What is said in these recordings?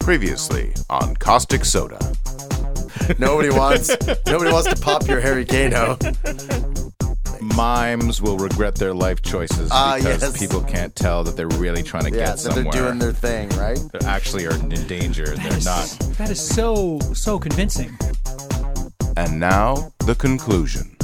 Previously on Caustic Soda. Nobody wants nobody wants to pop your Harry Gano. Mimes will regret their life choices Ah, because yes. people can't tell that they're really trying to Yeah, get so somewhere. they're doing their thing, right? They actually are in danger. They're not. That is so so convincing. And now the conclusion.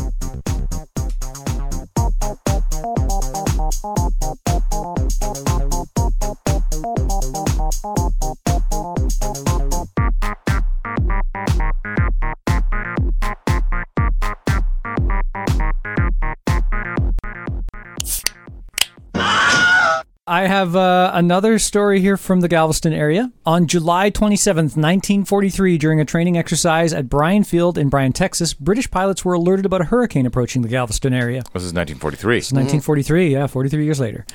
I have uh, another story here from the Galveston area. On July 27th, 1943, during a training exercise at Bryan Field in Bryan, Texas, British pilots were alerted about a hurricane approaching the Galveston area. This is 1943. It's 1943, yeah, 43 years later.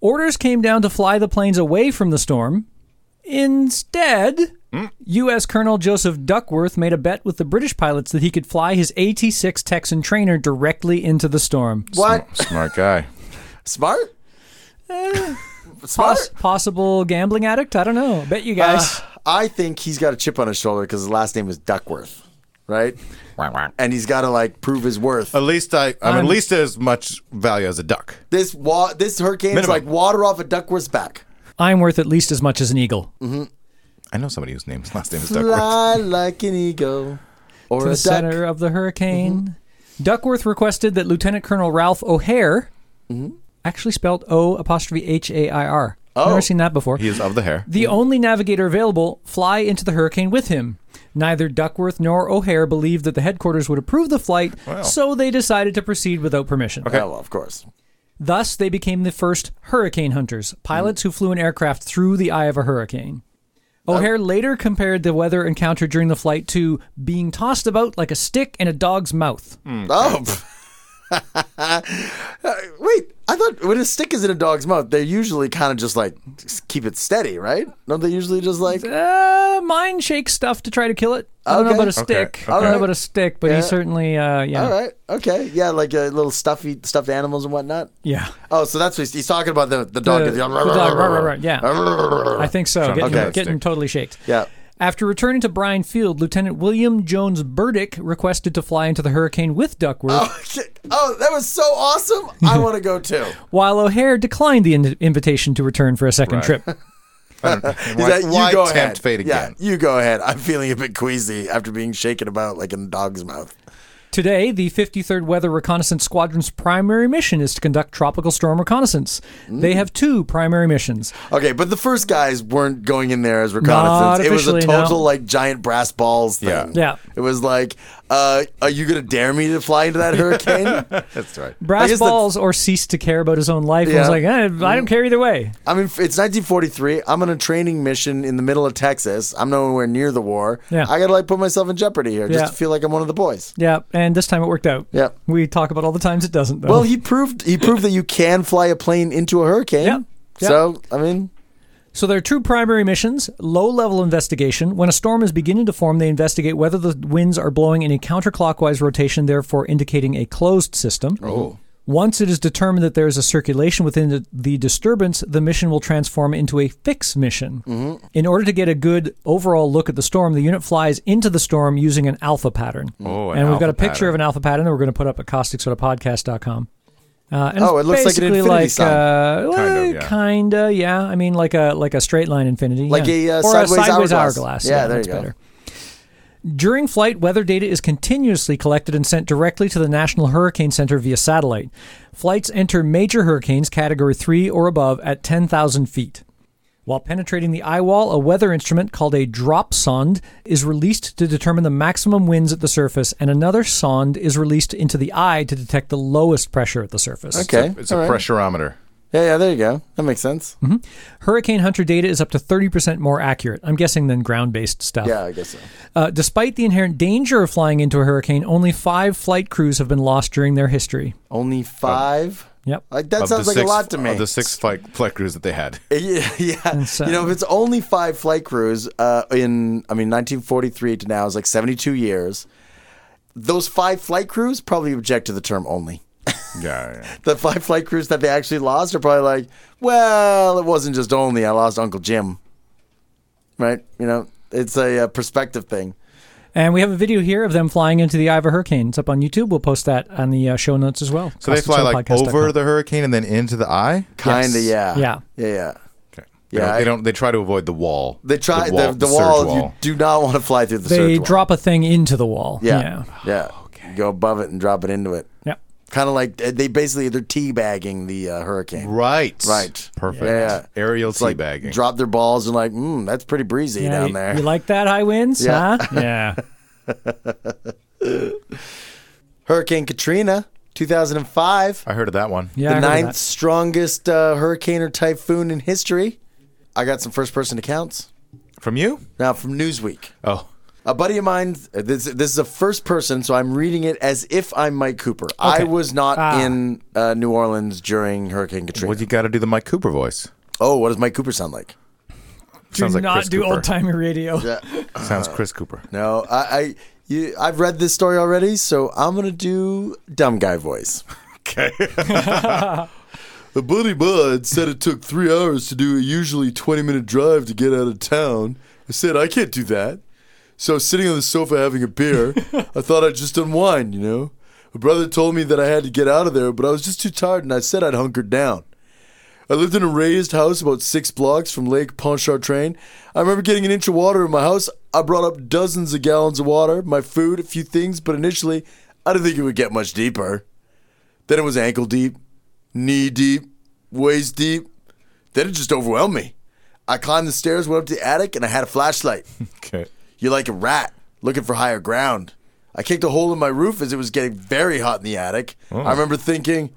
Orders came down to fly the planes away from the storm. Instead, U.S. Colonel Joseph Duckworth made a bet with the British pilots that he could fly his AT 6 Texan trainer directly into the storm. What? Smart guy. Smart? Eh, Smart? Poss- possible gambling addict? I don't know. Bet you Uh, guys. I think he's got a chip on his shoulder because his last name is Duckworth, right? And he's got to like prove his worth. Oh. At least I, I'm, at least as much value as a duck. This wa- this hurricane is Minimum. like water off a Duckworth's back. Uh, I'm worth at least as much as an eagle. I know somebody whose name last name is Duckworth. Fly like an eagle or To a the duck. center of the hurricane. Duckworth requested that Lieutenant Colonel Ralph O'Hare, actually spelled O apostrophe H A I R. I've Oh. never seen that before. He is of the hair. The only navigator available fly into the hurricane with him. Neither Duckworth nor O'Hare believed that the headquarters would approve the flight, Wow. so they decided to proceed without permission. Yeah, well, of course. Thus, they became the first hurricane hunters, pilots who flew an aircraft through the eye of a hurricane. O'Hare later compared the weather encounter during the flight to being tossed about like a stick in a dog's mouth. Oh. pff. Uh, Wait, I thought when a stick is in a dog's mouth, they're usually kind of just like s- keep it steady, right? Don't they usually just like Uh, mind shake stuff to try to kill it. I don't know Okay. about a Okay, stick. I okay. don't know about a stick, but Yeah. he certainly, uh, yeah, All right. Okay. Yeah, like uh, little stuffy stuffed animals and whatnot. yeah. Uh, Oh, so that's what he's, he's talking about the the dog. The, The- the dog, right, right, right, yeah. I think so. Getting, Okay. getting totally shaked. Yeah. After returning to Bryan Field, Lieutenant William Jones Burdick requested to fly into the hurricane with Duckworth. Oh, shit. Oh, that was so awesome! I want to go too. while O'Hare declined the in- invitation to return for a second Right. trip. I don't know. Is Why, that- you why go tempt ahead. fate again? Yeah, you go ahead. I'm feeling a bit queasy after being shaken about like in a dog's mouth. Today, the 53rd Weather Reconnaissance Squadron's primary mission is to conduct tropical storm reconnaissance. Mm. They have two primary missions. Okay, but the first guys weren't going in there as reconnaissance. Not It was a officially, total no. like giant brass balls thing. Yeah. Yeah. It was like, uh, are you gonna dare me to fly into that hurricane? That's right. Brass guess that's- balls or cease to care about his own life. I was Yeah. Mm. like, eh, I don't care either way. I mean, it's 1943. I'm on a training mission in the middle of Texas. I'm nowhere near the war. Yeah. I gotta like put myself in jeopardy here just Yeah. to feel like I'm one of the boys. Yeah, and this time it worked out. Yeah. We talk about all the times it doesn't, though. Well, he proved he proved that you can fly a plane into a hurricane. Yeah. Yeah. So I mean, So there are two primary missions low level investigation. When a storm is beginning to form, they investigate whether the winds are blowing in a counterclockwise rotation, therefore indicating a closed system. Oh. Once it is determined that there is a circulation within the, the disturbance, the mission will transform into a fix mission. Mm-hmm. In order to get a good overall look at the storm, the unit flies into the storm using an alpha pattern. Oh, an and we've got alpha a picture pattern. of an alpha pattern that we're going to put up at causticsodapodcast.com. Uh, and Oh, it's it looks like an basically infinity like, sign. Uh, Kind of, well, yeah. Kinda, yeah. I mean, like a like a straight line infinity, Like yeah. a, uh, or sideways a sideways hourglass. hourglass. Yeah, there that's you go. better. During flight, weather data is continuously collected and sent directly to the National Hurricane Center via satellite. Flights enter major hurricanes category three or above at ten thousand feet. While penetrating the eye wall, a weather instrument called a drop sond is released to determine the maximum winds at the surface, and another sond is released into the eye to detect the lowest pressure at the surface. okay, It's a Mm-hmm. all right. pressurometer. Yeah, yeah. There you go. That makes sense. Hurricane Hunter data is up to 30% more accurate, I'm guessing, than ground based stuff. Yeah, I guess so. Uh, despite the inherent danger of flying into a hurricane, only five flight crews have been lost during their history. Only five. Yep. Like that Of sounds the like six- a lot to me. Of the six flight, flight crews that they had. Yeah, yeah. so- you know, if it's only five flight crews uh, in, I mean, 1943 to now is like 72 years. Those five flight crews probably object to the term only. Yeah, yeah. The five flight crews that they actually lost are probably like, well, it wasn't just only. I lost Uncle Jim. right? You know, it's a, uh perspective thing. And we have a video here of them flying into the eye of a hurricane. It's up on YouTube. We'll post that on the uh, show notes as well. So they fly like over the hurricane and then into the eye. Kind of, yeah. Yeah. Yeah, yeah. Okay. They Yeah, don't- I- they don't. They try to avoid the wall. They try the wall. the, surge wall, You wall. do not want to fly through the They surge wall. drop a thing into the wall. Yeah. yeah. Yeah. Go above it and drop it into it. Yeah. Kind of like uh, they basically they're teabagging the uh, hurricane. Right. Right. Perfect. Yeah. Aerial It's like teabagging. drop their balls and like, mm, that's pretty breezy Yeah, down you- there. You like that high winds? Yeah. Huh? Yeah. Hurricane Katrina, 2005, I heard of that one. Yeah. the I heard of ninth that. strongest uh, hurricane or typhoon in history. I got some first person accounts From you? now from Newsweek. Oh. A buddy of mine, this, this is a first person, so I'm reading it as if I'm Mike Cooper. I was not Ah. in uh, New Orleans during Hurricane Katrina. Well, you got to do the Mike Cooper voice. oh, what does Mike Cooper sound like? Do Sounds like not Chris do Cooper. old timey radio. Sounds Chris Cooper. No, I, I you, I've read this story already, so I'm gonna do dumb guy voice. Okay. A buddy Bud said it took three hours to do a usually 20 minute drive to get out of town. I said, I can't do that. So I was sitting on the sofa having a beer. I thought I'd just unwind, you know? A brother told me that I had to get out of there, but I was just too tired and I said I'd hunkered down. I lived in a raised house about six blocks from Lake Pontchartrain. I remember getting an inch of water in my house. I brought up dozens of gallons of water, my food, a few things, but initially, I didn't think it would get much deeper. Then it was ankle deep, knee deep, waist deep. Then it just overwhelmed me. I climbed the stairs, went up to the attic, and I had a flashlight. okay. You're like a rat looking for higher ground. I kicked a hole in my roof as it was getting very hot in the attic. I remember thinking,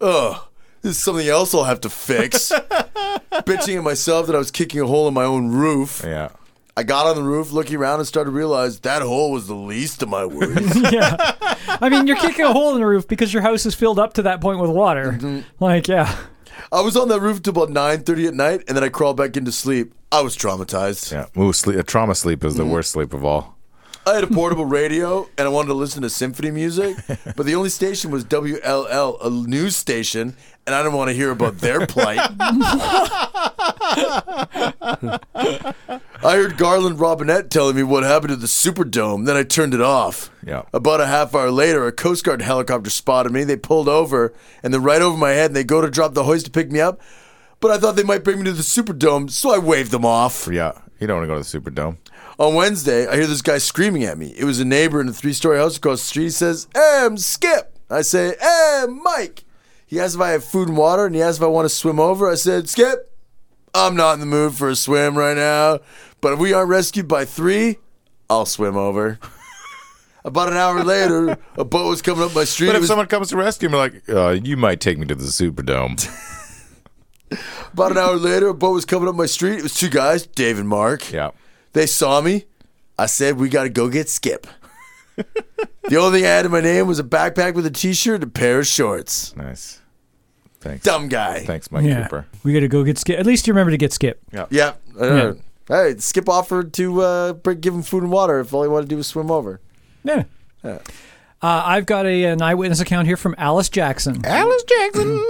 ugh, this is something else I'll have to fix. Bitching at myself that I was kicking a hole in my own roof. Yeah. I got on the roof, looking around, and started to realize that hole was the least of my worries. yeah. I mean, you're kicking a hole in the roof because your house is filled up to that point with water. Mm-hmm. Like, yeah. I was on that roof till about 9.30 at night, and then I crawled back into sleep. I was traumatized. Yeah. Ooh, sleep, uh, trauma sleep is the worst sleep of all. I had a portable radio and I wanted to listen to symphony music, but the only station was WLL, a news station, and I didn't want to hear about their plight. I heard Garland Robinette telling me what happened to the Superdome, then I turned it off. Yeah. About a half hour later, a Coast Guard helicopter spotted me. They pulled over, and they're right over my head, and they go to drop the hoist to pick me up. But I thought they might bring me to the Superdome, so I waved them off. Yeah. You don't want to go to the Superdome. On Wednesday, I hear this guy screaming at me. It was a neighbor in a three story house across the street. He says, Em, Skip. I say, Em, Mike. He asks if I have food and water, and he asks if I want to swim over. I said, Skip, I'm not in the mood for a swim right now, but if we aren't rescued by three, I'll swim over. About an hour later, a boat was coming up my street. But It if was- someone comes to rescue me, like, uh, you might take me to the Superdome. about an hour later, a boat was coming up my street. It was two guys, Dave and Mark. yeah. They saw me. I said, "We got to go get Skip." the only thing I had in my name was a backpack with a T-shirt and a pair of shorts. Nice. Thanks. Dumb guy. Thanks, Mike yeah. Cooper. We got to go get Skip. At least you remember to get Skip. Yep. Uh, Hey, Skip offered to uh, bring, give him food and water if all he wanted to do was swim over. Yeah. Uh, I've got a, an eyewitness account here from Alice Jackson. Alice Jackson.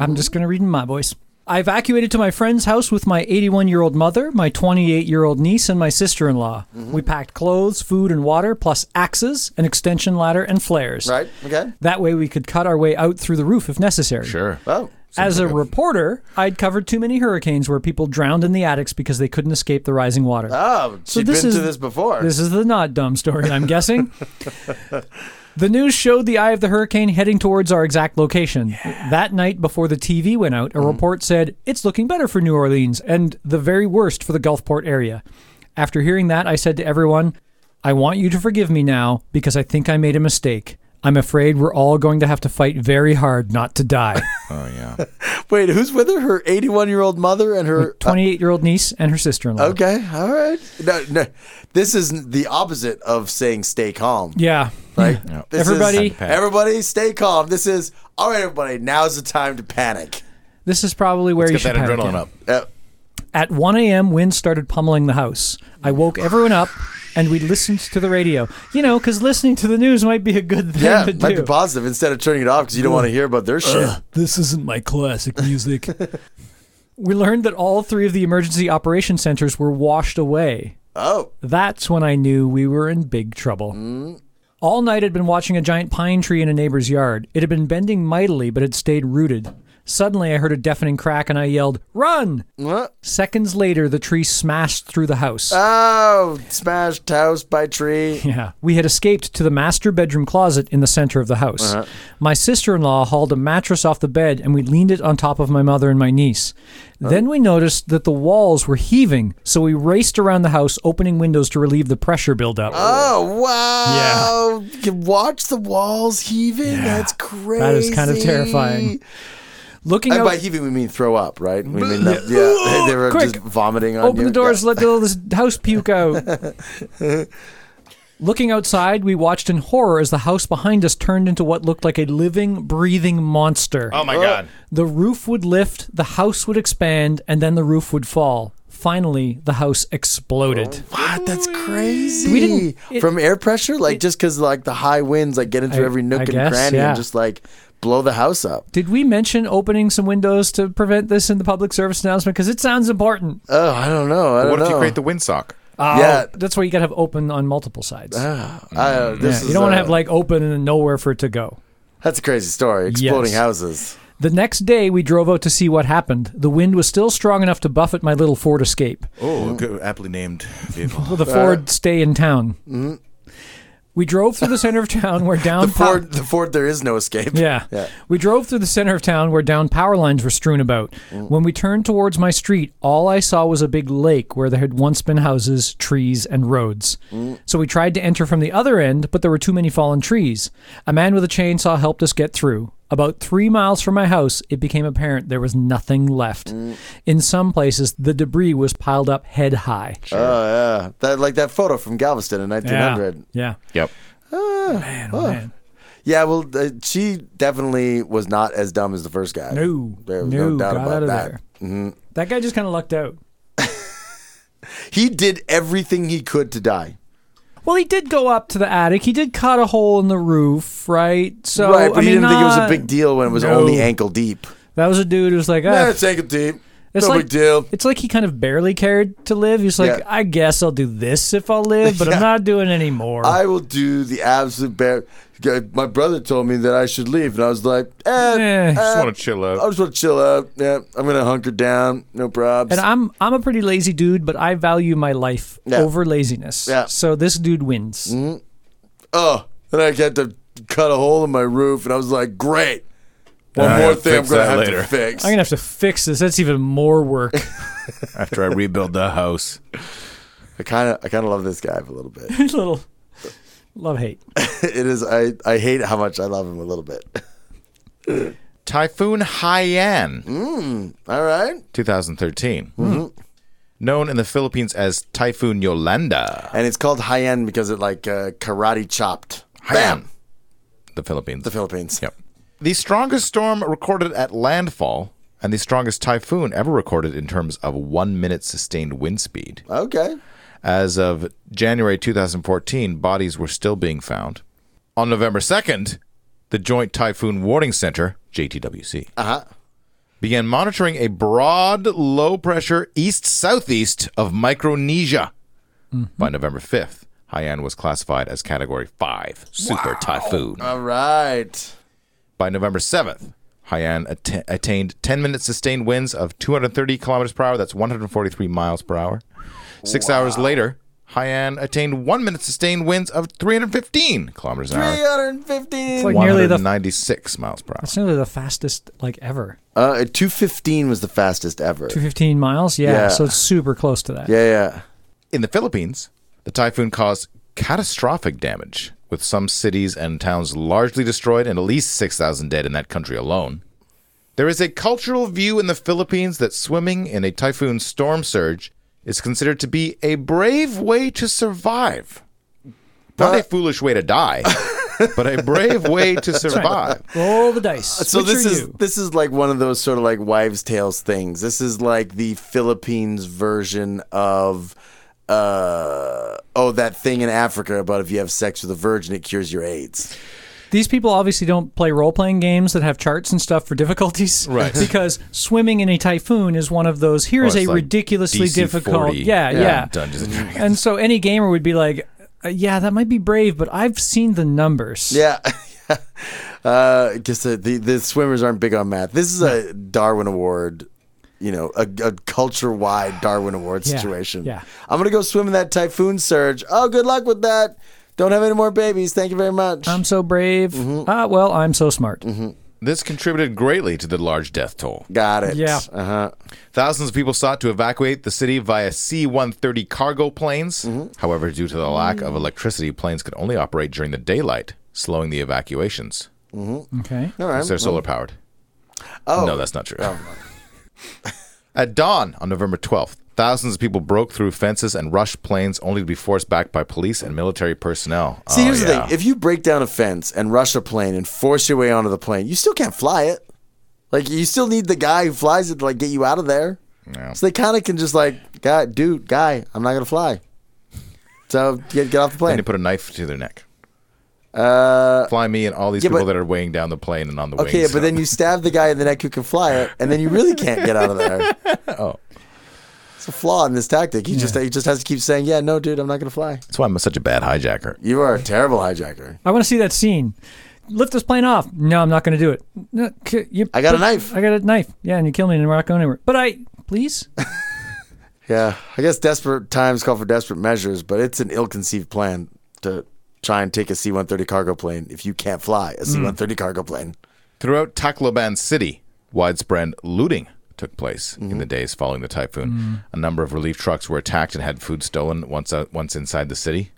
I'm just going to read in my voice. I evacuated to my friend's house with my 81 year old mother, my 28 year old niece, and my sister in law. We packed clothes, food, and water, plus axes, an extension ladder, and flares. Right? Okay. That way we could cut our way out through the roof if necessary. Sure. Oh, As a reporter, I'd covered too many hurricanes where people drowned in the attics because they couldn't escape the rising water. oh, So she'd this been is- to this before. This is the not dumb story, I'm guessing. the news showed the eye of the hurricane heading towards our exact location. That night before the TV went out, a Mm. report said, It's looking better for New Orleans and the very worst for the Gulfport area. After hearing that, I said to everyone, I want you to forgive me now because I think I made a mistake. I'm afraid we're all going to have to fight very hard not to die. Oh, yeah. Wait, who's with her? Her 81 year old mother and her. 28 year old niece and her sister in law. okay. All right. No, no. This is the opposite of saying stay calm. Yeah. Right? This is- Everybody- everybody, stay calm. This is all right. Everybody, now's the time to panic. This is probably where Get you that should panic adrenaline in. up. Uh, At 1 a.m., wind started pummeling the house. I woke everyone up and we listened to the radio. You know, because listening to the news might be a good thing yeah, to it might do. be positive instead of turning it off because you don't want to hear about their shit. this isn't my classic music. We learned that all three of the emergency operation centers were washed away. Oh, That's when I knew we were in big trouble. Mm. All night I'd been watching a giant pine tree in a neighbor's yard. It had been bending mightily, but had stayed rooted. Suddenly I heard a deafening crack and I yelled, Run! what? Seconds later, the tree smashed through the house. Oh, smashed house by tree. Yeah. We had escaped to the master bedroom closet in the center of the house. My sister in law hauled a mattress off the bed and we leaned it on top of my mother and my niece. Then we noticed that the walls were heaving, so we raced around the house, opening windows to relieve the pressure buildup. Oh wow! Yeah. You watch the walls heaving. That's crazy. That is kind of terrifying. Looking And out, by heaving, we mean throw up, right? We mean that, yeah, they were Quick. just vomiting on you. open the doors, let all this house puke out. Looking outside, we watched in horror as the house behind us turned into what looked like a living, breathing monster. Oh my god. The roof would lift, the house would expand, and then the roof would fall. Finally, the house exploded. What? That's crazy. We didn't- it- From air pressure, like just because like the high winds like get into I- every nook I and guess, cranny yeah. and just like blow the house up. Did we mention opening some windows to prevent this in the public service announcement? Because it sounds important. Oh, I don't know. I don't What if know. you create the windsock? Oh, Yeah. That's why you got to have open on multiple sides. Ah, I Mm. don't- Yeah, this is, you don't want uh, to have like open and then nowhere for it to go. That's a crazy story. Exploding Yes. houses. The next day, we drove out to see what happened. The wind was still strong enough to buffet my little Ford Escape. Oh, good, aptly named vehicle. Well, uh, the Ford stay in town. We drove through the center of town where down mm. The Ford. The Ford. There is no escape. Yeah. Yeah. We drove through the center of town where down power lines were strewn about. Mm. When we turned towards my street, all I saw was a big lake where there had once been houses, trees, and roads. Mm. So we tried to enter from the other end, but there were too many fallen trees. A man with a chainsaw helped us get through. About three miles from my house, it became apparent there was nothing left. Mm. In some places, the debris was piled up head high. Oh yeah. That like that photo from Galveston in 1900. Yeah. Yep. Man, oh, man. Yeah, well, uh, she definitely was not as dumb as the first guy. No. There was no, no doubt got about out of that. Mm-hmm. there. That guy just kind of lucked out. He did everything he could to die. Well, he did go up to the attic. He did cut a hole in the roof, right? So right, but I he mean, didn't think it was a not- big deal when it was No. only ankle deep. That was a dude who was like, Yeah, ah, it's ankle deep. It's no like- big deal. it's like he kind of barely cared to live. He was like, Yeah. I guess I'll do this if I'll live, but I'm not doing any more. I will do the absolute bare. Yeah, My brother told me that I should leave, and I was like, eh, Eh, just Just eh, want to chill I out. just want to chill out. Yeah, I'm gonna hunker down. No probs. and I'm I'm a pretty lazy dude, but I value my life Yeah. over laziness. Yeah. Mm-hmm. So this dude wins. oh, and I got to cut a hole in my roof, and I was like, great. One Yeah, I more gotta thing I'm fix gonna that have later. to fix. I'm gonna have to fix this. That's even more work. After I rebuild the house. I kind of, I kind of love this guy a little bit. Little love hate. it is I, I hate how much I love him a little bit. Typhoon Haiyan. All right. 2013. Hmm. Known in the Philippines as Typhoon Yolanda. And it's called Haiyan because it like uh, karate chopped. Haiyan. Bam. The Philippines. The Philippines. Yep. The strongest storm recorded at landfall and the strongest typhoon ever recorded in terms of one minute sustained wind speed. Okay. As of January 2014, bodies were still being found. On November 2nd, the Joint Typhoon Warning Center, JTWC, Uh-huh. began monitoring a broad low pressure east southeast of Micronesia. By November 5th, Haiyan was classified as Category 5 super typhoon. All right. By November 7th, Haiyan atta- attained 10 minute sustained winds of 230 kilometers per hour. That's 143 miles per hour. Six hours later, Haiyan attained one minute sustained winds of 315 kilometers an hour. 315. Like nearly the 196 miles per hour. that's nearly the fastest like ever. Uh, 215 was the fastest ever. Two fifteen miles. Yeah, Yeah. So it's super close to that. Yeah, yeah. In the Philippines, the typhoon caused catastrophic damage, with some cities and towns largely destroyed and at least 6,000 dead in that country alone. There is a cultural view in the Philippines that swimming in a typhoon storm surge is considered to be a brave way to survive. Not a foolish way to die, but a brave way to survive. Roll the dice. Uh, So Which this are is you? this is like one of those sort of like wives' tales things. This is like the Philippines version of uh oh that thing in Africa about if you have sex with a virgin it cures your AIDS. These people obviously don't play role playing games that have charts and stuff for difficulties. Right. Because swimming in a typhoon is one of those here's Or it's a like ridiculously DC-40. difficult. Yeah, yeah. Dungeons and Dragons. And so any gamer would be like, uh, yeah, that might be brave, but I've seen the numbers. Yeah. uh, I guess the, the the swimmers aren't big on math. This is a Darwin Award, you know, a, a culture wide Darwin Award Yeah, situation. yeah. I'm gonna go swim in that typhoon surge. Oh, good luck with that. Don't have any more babies. Thank you very much. I'm so brave. Mm-hmm. Ah, well, I'm so smart. This contributed greatly to the large death toll. Got it. Yeah. Uh huh. Thousands of people sought to evacuate the city via C 130 cargo planes. Mm-hmm. However, due to the lack of electricity, planes could only operate during the daylight, slowing the evacuations. Okay. All right. Because they're solar powered. Oh. No, that's not true. At dawn on November 12th, thousands of people broke through fences and rushed planes only to be forced back by police and military personnel. See, Oh, here's the yeah. thing: if you break down a fence and rush a plane and force your way onto the plane, you still can't fly it. Like you still need the guy who flies it to like get you out of there. Yeah. So they kind of can just like, guy, dude, guy, I'm not gonna fly. So get get off the And plane. they put a knife to their neck. Uh, Fly me and all these Yeah, people but- that are weighing down the plane and on the okay, wings. but then you stab the guy in the neck who can fly it, and then you really can't get out of there. Oh. It's a flaw in this tactic. He just he just has to keep saying, yeah, no, dude, I'm not gonna fly. That's why I'm such a bad hijacker. You are a terrible hijacker. I want to see that scene. Lift this plane off. No, I'm not going to do it. No, c- you, I got a knife. I got a knife. Yeah, and you kill me, and we're not going anywhere. But I, please. Yeah, I guess desperate times call for desperate measures, but it's an ill-conceived plan to try and take a C-130 cargo plane if you can't fly Hmm. a C-130 cargo plane. Throughout Tacloban City, widespread looting took place in Mm-hmm. the days following the typhoon. Mm. A number of relief trucks were attacked and had food stolen once out, once inside the city.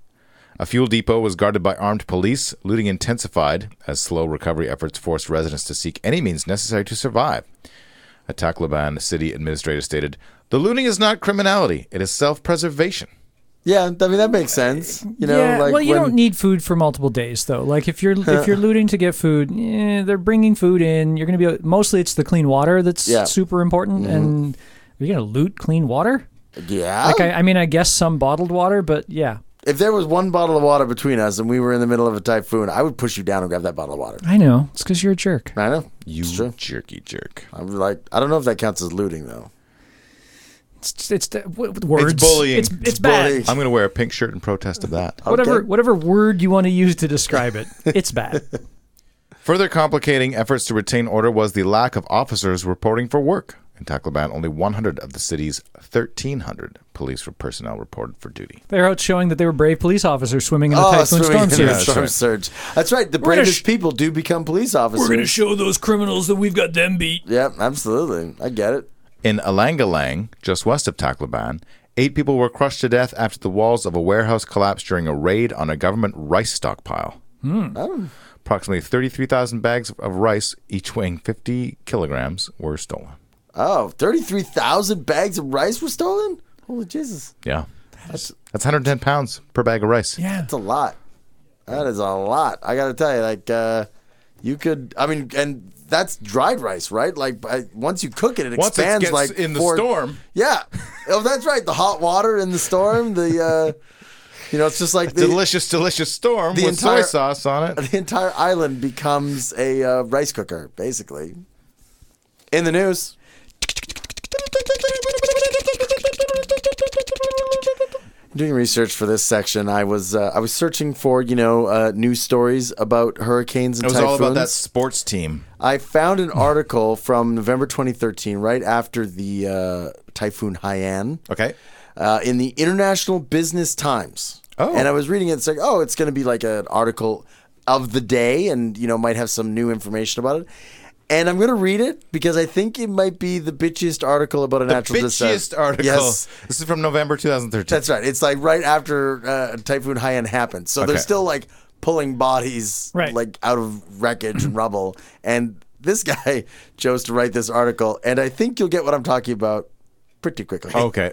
A fuel depot was guarded by armed police. Looting intensified as slow recovery efforts forced residents to seek any means necessary to survive. A Tacloban city administrator stated, "The looting is not criminality; it is self-preservation." Yeah, I mean that makes sense. You know, yeah. like well, you when, don't need food for multiple days, though. Like if you're if you're looting to get food, eh, they're bringing food in. You're going to be mostly it's the clean water that's Yeah. Mm-hmm. super important. And are you going to loot clean water? yeah. Like I, I mean, I guess some bottled water, but yeah, if there was one bottle of water between us and we were in the middle of a typhoon, I would push you down and grab that bottle of water. I know it's because you're a jerk. I know. You It's true. jerky jerk. I'm like, I don't know if that counts as looting though. It's it's the- w- w- words. bullying. It's, it's It's bad. bullying. I'm going to wear a pink shirt in protest of that. Whatever Okay. whatever word you want to use to describe it, it's bad. Further complicating efforts to retain order was the lack of officers reporting for work. In Tacloban, only 100 of the city's 1,300 police personnel reported for duty. They're out showing that they were brave police officers swimming in a typhoon Oh, swimming storm in a surge. storm surge. That's right. The gonna bravest sh- people do become police officers. show those criminals that we've got them beat. yeah, absolutely. I get it. In Alangalang, just west of Tacloban, eight people were crushed to death after the walls of a warehouse collapsed during a raid on a government rice stockpile. Approximately 33,000 bags of rice, each weighing 50 kilograms, were stolen. Oh, 33,000 bags of rice were stolen? Holy Jesus. Yeah. That's, that's 110 pounds per bag of rice. Yeah. That's a lot. That is a lot. I got to tell you, like, uh, you could, I mean, and that's dried rice, right? Like, I, once you cook it, it Once it expands gets like in the four- storm. Yeah. oh, that's right. The hot water in the storm, the, uh, you know, it's just like the, delicious, delicious storm the with entire- soy sauce on it. the entire island becomes a uh, rice cooker, basically. In the news. Doing research for this section, I was uh, I was searching for you know uh, news stories about hurricanes It and was typhoons. all about that sports team. I found an article from November 2013, right after the uh, typhoon Haiyan Okay. uh, in the International Business Times. Oh. And I was reading it. It's like, oh, it's going to be like an article of the day and, you know, might have some new information about it. And I'm going to read it because I think it might be the bitchiest article about a natural disaster. Bitchiest article. Yes. This is from November 2013. That's right. It's like right after uh, Typhoon Haiyan happened. So they're Okay. still like pulling bodies Right. like out of wreckage and rubble. And this guy chose to write this article. And I think you'll get what I'm talking about pretty quickly. okay.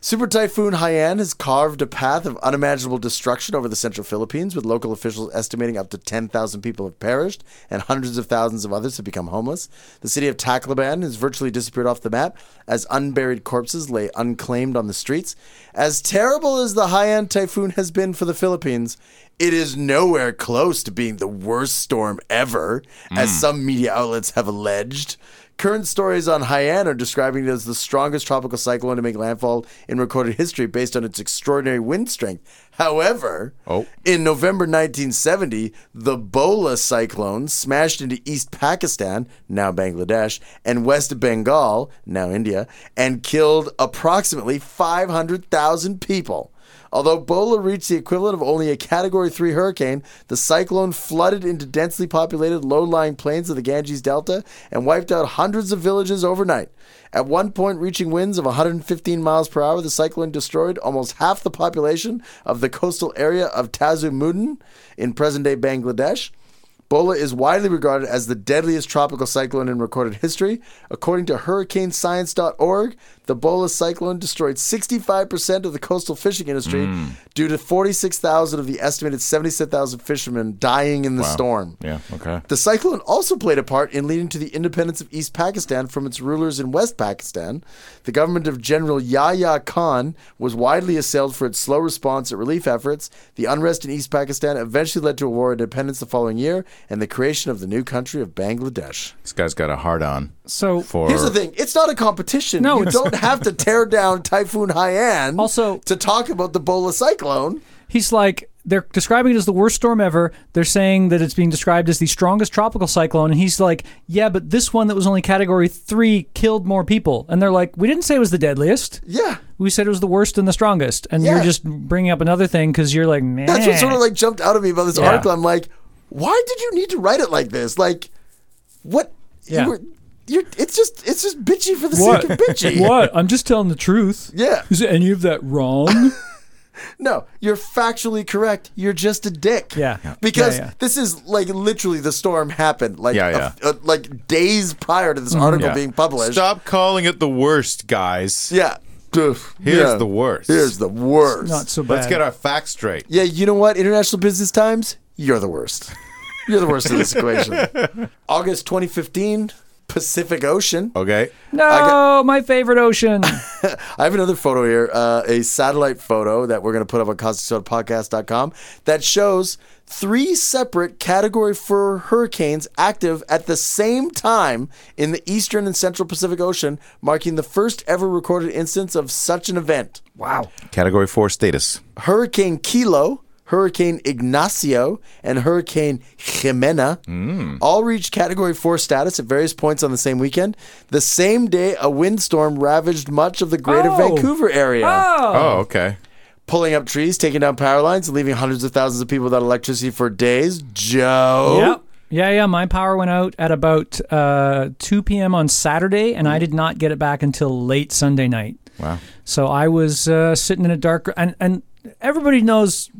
Super Typhoon Haiyan has carved a path of unimaginable destruction over the central Philippines, with local officials estimating up to 10,000 people have perished and hundreds of thousands of others have become homeless. The city of Tacloban has virtually disappeared off the map as unburied corpses lay unclaimed on the streets. As terrible as the Haiyan typhoon has been for the Philippines, It is nowhere close to being the worst storm ever, as some media outlets have alleged. Current stories on Haiyan are describing it as the strongest tropical cyclone to make landfall in recorded history based on its extraordinary wind strength. However, Oh. in November 1970, the Bola cyclone smashed into East Pakistan, now Bangladesh, and West Bengal, now India, and killed approximately 500,000 people. Although Bola reached the equivalent of only a Category 3 hurricane, the cyclone flooded into densely populated low lying plains of the Ganges Delta and wiped out hundreds of villages overnight. At one point, reaching winds of 115 miles per hour, the cyclone destroyed almost half the population of the coastal area of Tazumuddin in present day Bangladesh. Bola is widely regarded as the deadliest tropical cyclone in recorded history. According to hurricanescience.org, the Bola cyclone destroyed 65% of the coastal fishing industry due to 46,000 of the estimated 77,000 fishermen dying in the storm. Yeah, okay. The cyclone also played a part in leading to the independence of East Pakistan from its rulers in West Pakistan. The government of General Yahya Khan was widely assailed for its slow response at relief efforts. The unrest in East Pakistan eventually led to a war of independence the following year and the creation of the new country of Bangladesh. This guy's got a hard on So for. Here's the thing it's not a competition. No, you it's- don't have to tear down Typhoon Haiyan Also- to talk about the Bola cyclone. he's like they're describing it as the worst storm ever. They're saying that it's being described as the strongest tropical cyclone, and he's like, "Yeah, but this one that was only Category Three killed more people." And they're like, "We didn't say it was the deadliest. Yeah. We said it was the worst and the strongest." And Yeah. you're just bringing up another thing because you're like, "Man, That's what sort of like jumped out at me about this Yeah. article. I'm like, why did you need to write it like this? Like, what? Yeah. You were, you're, it's just it's just bitchy for the What? sake of bitchy. what? I'm just telling the truth. Yeah. Is any of that wrong? No, you're factually correct. You're just a dick. Yeah. Yeah. Because Yeah, yeah. this is like literally the storm happened like Yeah, a- yeah. a- like days prior to this Mm-hmm. article Yeah. being published. Stop calling it the worst, guys. Yeah. Here's Here's the worst. Here's the worst. Not so bad. Let's get our facts straight. Yeah, you know what? International Business Times, you're the worst. You're the worst in this equation. August 2015, Pacific Ocean. Okay. no, my favorite ocean. I have another photo here, uh, a satellite photo that we're going to put up on causticsoderpodcast.com that shows three separate Category 4 hurricanes active at the same time in the eastern and central Pacific Ocean, marking the first ever recorded instance of such an event. wow. Category four status. Hurricane Kilo, Hurricane Ignacio, and Hurricane Jimena Mm. all reached Category 4 status at various points on the same weekend. The same day, a windstorm ravaged much of the greater Oh. Ah. Vancouver area, Oh, okay. pulling up trees, taking down power lines, and leaving hundreds of thousands of people without electricity for days. Joe. Yep. Yeah, yeah. My power went out at about uh, 2 p.m. on Saturday, and I did not get it back until late Sunday night. Mm. Wow. So I was uh, sitting in a dark and and everybody knows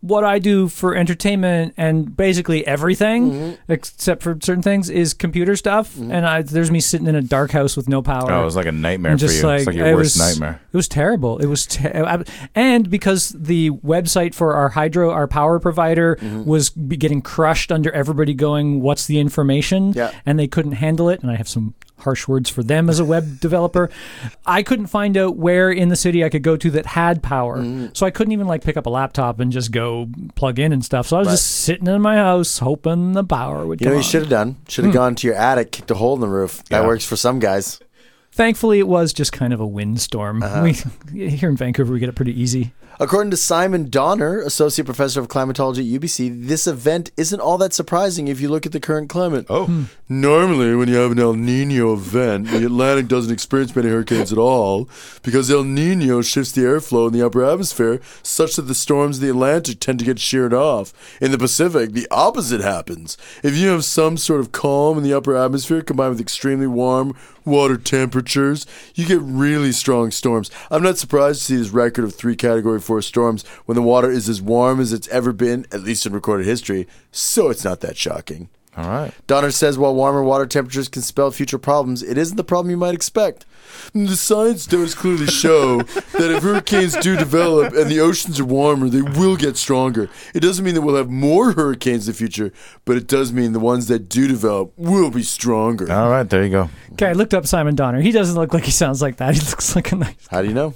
what I do for entertainment and basically everything Mm-hmm. except for certain things is computer stuff. And I, there's me sitting in a dark house with no power. Oh, it was like a nightmare and for you. just like, it's like your it worst was, nightmare. It was terrible. It was te- I- and because the website for our hydro, our power provider, Mm-hmm. was be getting crushed under everybody going, "What's the information?" Yeah. and they couldn't handle it. And I have some harsh words for them as a web developer. I couldn't find out where in the city I could go to that had power, Mm-hmm. so I couldn't even like pick up a laptop and just go plug in and stuff. So I was just sitting in my house hoping the power would. You know, what come on. Hmm. you should have done. Should have gone to your attic, kicked a hole in the roof. That Yeah. works for some guys. Thankfully, it was just kind of a windstorm. Uh-huh. We here in Vancouver, we get it pretty easy. According to Simon Donner, associate professor of climatology at UBC, this event isn't all that surprising if you look at the current climate. Oh, Hmm. Normally, when you have an El Nino event, the Atlantic doesn't experience many hurricanes at all because El Nino shifts the airflow in the upper atmosphere such that the storms in the Atlantic tend to get sheared off. In the Pacific, the opposite happens. If you have some sort of calm in the upper atmosphere combined with extremely warm water temperatures, you get really strong storms. I'm not surprised to see this record of three Category 4 storms when the water is as warm as it's ever been, at least in recorded history, so it's not that shocking. all right. Donner says while warmer water temperatures can spell future problems, it isn't the problem you might expect. The science does clearly show that if hurricanes do develop and the oceans are warmer, they will get stronger. It doesn't mean that we'll have more hurricanes in the future, but it does mean the ones that do develop will be stronger. All right. There you go. Okay, I looked up Simon Donner. He doesn't look like he sounds like that. He looks like a nice. How do you know?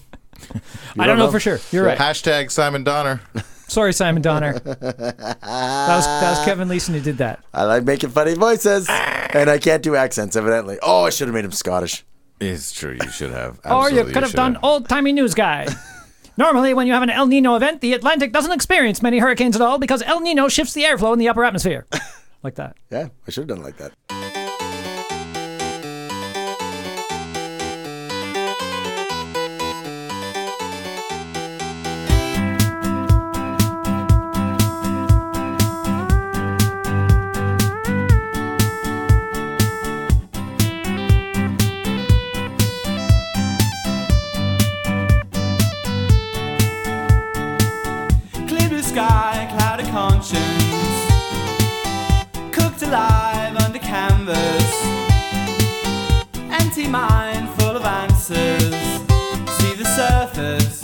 I don't know, for sure. You're right. Hashtag Simon Donner. Sorry, Simon Donner. that, was, that was Kevin Leeson who did that. I like making funny voices, and I can't do accents, evidently. Oh, I should have made him Scottish. It's true. You should have. Or you Absolutely, could have should done old timey news guy. Normally, when you have an El Nino event, the Atlantic doesn't experience many hurricanes at all because El Nino shifts the airflow in the upper atmosphere. Like that. Yeah, I should have done it like that. Clear blue sky, cloud of conscience. Cooked alive under canvas. Empty mind full of answers. See the surface,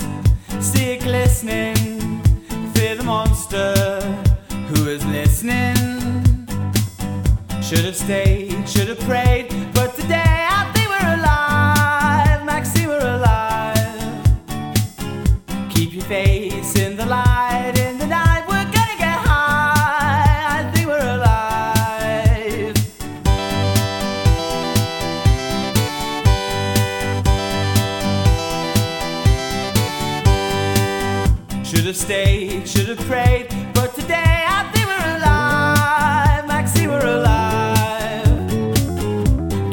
see it glistening. Fear the monster who is listening. Should have stayed, should have prayed, but today. I think we're alive, Maxie, we're alive. Keep your face in the light. In the night, we're gonna get high. I think we're alive. Should have stayed, should have prayed. But today, I think we're alive. Maxie, we're alive.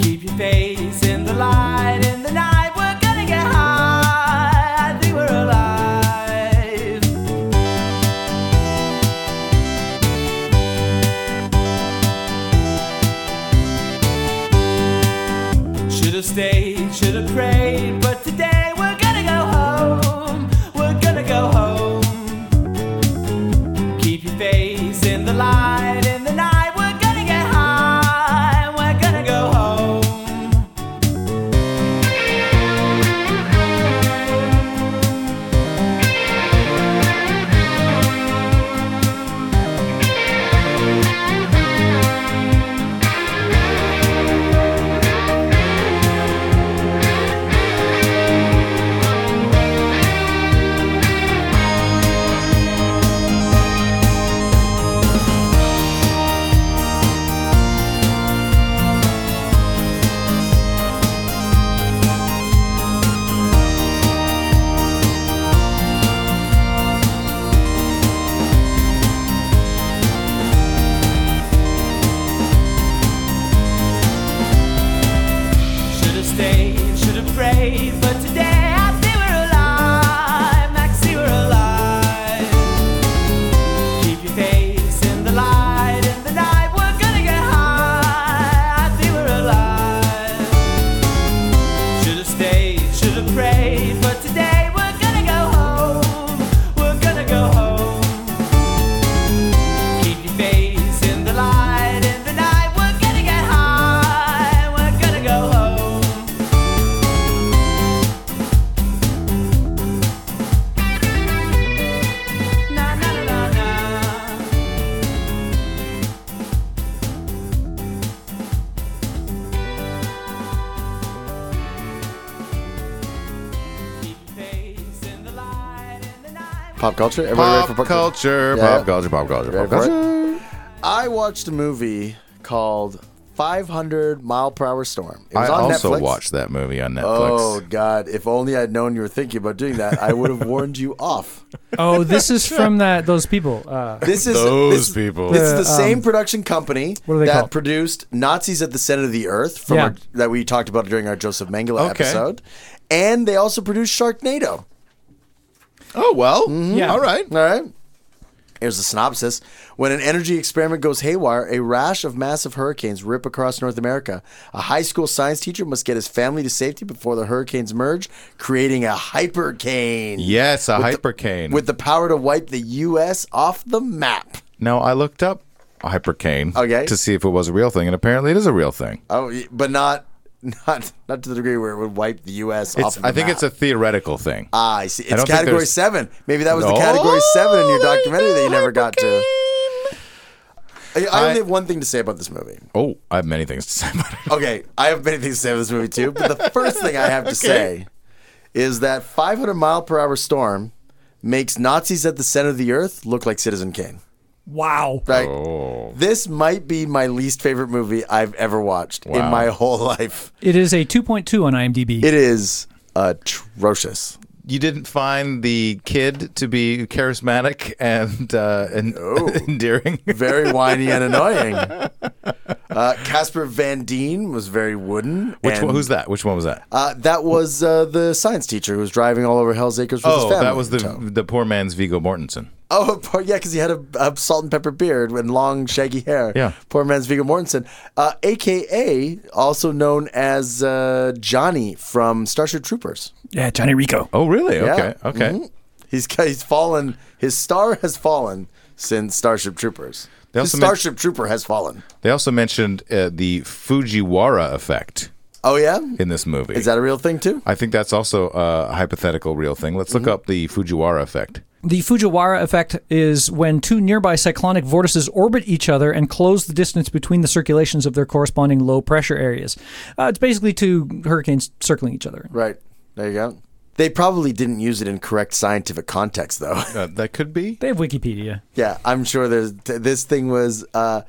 Keep your face in the light. In the night, we're gonna get high. I think we're alive. Should have stayed, should have prayed, but today we're gonna go home. We're gonna go home. Keep your face in the light. In the night, we're gonna get high. and We're gonna go home. Should have stayed, should have prayed, but today I think we're alive. Maxie, we're alive. Keep your face in the light, in the night, we're gonna get high. I think we're alive. Should have stayed, should have prayed, but today we're gonna go home. We're gonna go home. Keep your face in the light. In the night, we're gonna get high. We're gonna go home. Na na na na. Keep your face in the light. In the night. Pop culture? Everybody ready Pop, for culture, Yeah. pop culture, pop culture, Ready pop for it? culture. I watched a movie called 500 Mile Per Hour Storm. It I was on also Netflix. watched that movie on Netflix. Oh, God. If only I'd known you were thinking about doing that, I would have warned you off. Oh, this is from that those people. Uh, This is Those this, people. This is the The, same um, production company what are they that called? produced Nazis at the Center of the Earth from Yeah. our, that we talked about during our Joseph Mengele Okay. episode, and they also produced Sharknado. oh well. Yeah. All right. Mm-hmm. All right. Here's the synopsis. When an energy experiment goes haywire, a rash of massive hurricanes rip across North America. A high school science teacher must get his family to safety before the hurricanes merge, creating a hypercane. Yes, a With the- hypercane. With the power to wipe the U.S. off the map. now I looked up a hypercane Okay. to see if it was a real thing, and apparently it is a real thing. Oh, y- but not not not to the degree where it would wipe the U.S. It's, off. the I think map. it's a theoretical thing. Ah, I see. It's don't think category there's- seven. Maybe that was the Oh, category seven in your there you documentary that you never got to. I, I I- only have one thing to say about this movie. oh, I have many things to say about it. Okay, I have many things to say about this movie too, but the first thing I have to say is that 500 mile per hour storm makes Nazis at the center of the earth look like Citizen Kane. Wow. Right? Oh. This might be my least favorite movie I've ever watched in Wow. my whole life. It is a 2.2 on IMDb. It is atrocious. You didn't find the kid to be charismatic and uh, and Oh. endearing. Very whiny and annoying. Uh, Casper Van Deen was very wooden. Which and, one, who's that? Which one was that? Uh, that was uh, the science teacher who was driving all over Hell's Acres with his oh, family. that was the in tow. the poor man's Vigo Mortensen. Oh, poor, yeah, because he had a, a salt and pepper beard and long, shaggy hair. Yeah. Poor man's Viggo Mortensen, uh, aka also known as uh, Johnny from Starship Troopers. yeah, Johnny Rico. Oh, really? Yeah. Okay, okay. Mhm. He's he's fallen. His star has fallen since Starship Troopers. They His also men- Starship Trooper has fallen. They also mentioned uh, the Fujiwara effect Oh yeah, in this movie. is that a real thing too? I think that's also a hypothetical real thing. Let's look up the Fujiwara effect. The Fujiwara effect is when two nearby cyclonic vortices orbit each other and close the distance between the circulations of their corresponding low pressure areas. Uh, it's basically two hurricanes circling each other. Right there you go. They probably didn't use it in correct scientific context though. Uh, that could be. They have Wikipedia. Yeah, I'm sure there's th- this thing was uh,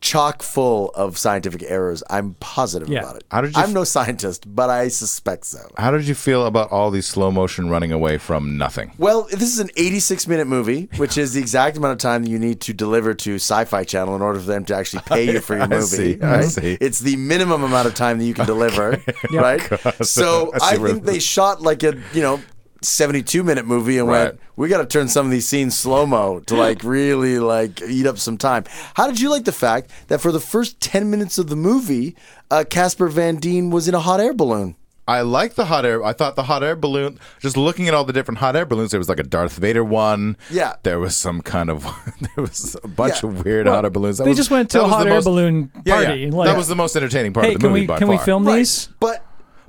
chock full of scientific errors. I'm positive Yeah. about it. How did you I'm f- no scientist, but I suspect so. How did you feel about all the slow motion running away from nothing? Well, this is an 86 minute movie, which is the exact amount of time that you need to deliver to Sci-Fi Channel in order for them to actually pay you for your movie. see, I right? see. It's the minimum amount of time that you can deliver, right? So I see I, where- think they shot like a you know 72 minute movie and Right. went, we got to turn some of these scenes slow mo to like really like eat up some time. How did you like the fact that for the first 10 minutes of the movie, uh, Casper Van Dien was in a hot air balloon? I like the hot air. I thought the hot air balloon. Just looking at all the different hot air balloons, there was like a Darth Vader one. Yeah. there was some kind of. there was a bunch Yeah. of weird hot air balloons. That they was- just went to that a was hot the air most- balloon Yeah, yeah. party, like- that was the most entertaining part Hey, of the can movie we by can we far. film Right. these? But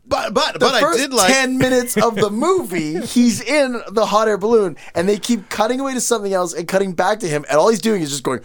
But but the but I first did like. 10 minutes of the movie he's in the hot air balloon and they keep cutting away to something else and cutting back to him and all he's doing is just going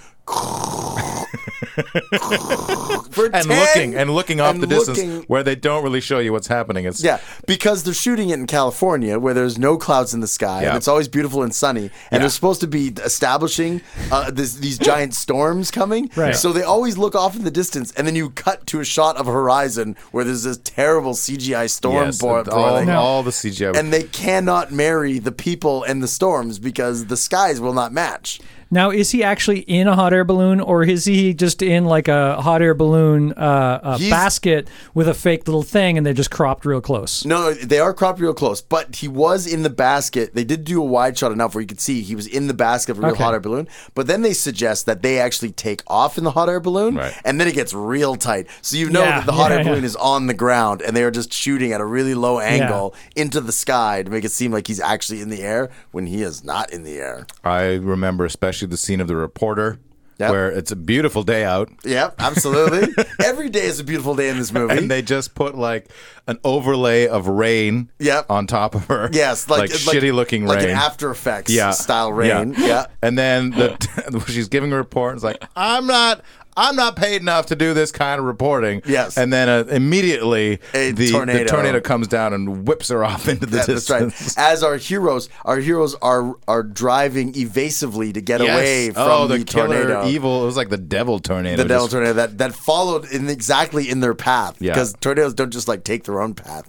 for and 10 looking and looking off and the distance looking- where they don't really show you what's happening. It's yeah, because they're shooting it in California where there's no clouds in the sky Yeah. and it's always beautiful and sunny. And they're supposed to be establishing uh, this, these giant storms coming. Right. So they always look off in the distance and then you cut to a shot of horizon where there's this terrible CGI storm yes, bro- all, broiling. all the CGI. and they cannot marry the people and the storms because the skies will not match. Now, is he actually in a hot air balloon, or is he just in like a hot air balloon uh, a He's- basket with a fake little thing, and they're just cropped real close? No, no, they are cropped real close, but he was in the basket. They did do a wide shot enough where you could see he was in the basket of a real Okay. hot air balloon. But then they suggest that they actually take off in the hot air balloon, Right. and then it gets real tight. So you know Yeah, that the hot yeah, air yeah. balloon is on the ground, and they are just shooting at a really low angle into the sky to make it seem like he's actually in the air when he is not in the air. I remember especially the scene of the reporter Yep. where it's a beautiful day out. Yep, absolutely. Every day is a beautiful day in this movie. And they just put like an overlay of rain Yep. on top of her. Yes, like, like, shitty looking like rain. an After Effects Yeah. style rain. Yeah. And then the, she's giving a report. And it's like I'm not. I'm not paid enough to do this kind of reporting. Yes. And then uh, immediately A the, tornado. the tornado comes down and whips her off into the That- that's right. distance. As our heroes, our heroes are are driving evasively to get Yes. away from oh, the, the, killer tornado. evil. It was like the devil tornado. the devil just- tornado that, that followed in exactly in their path Yeah. because tornadoes don't just like take their own path.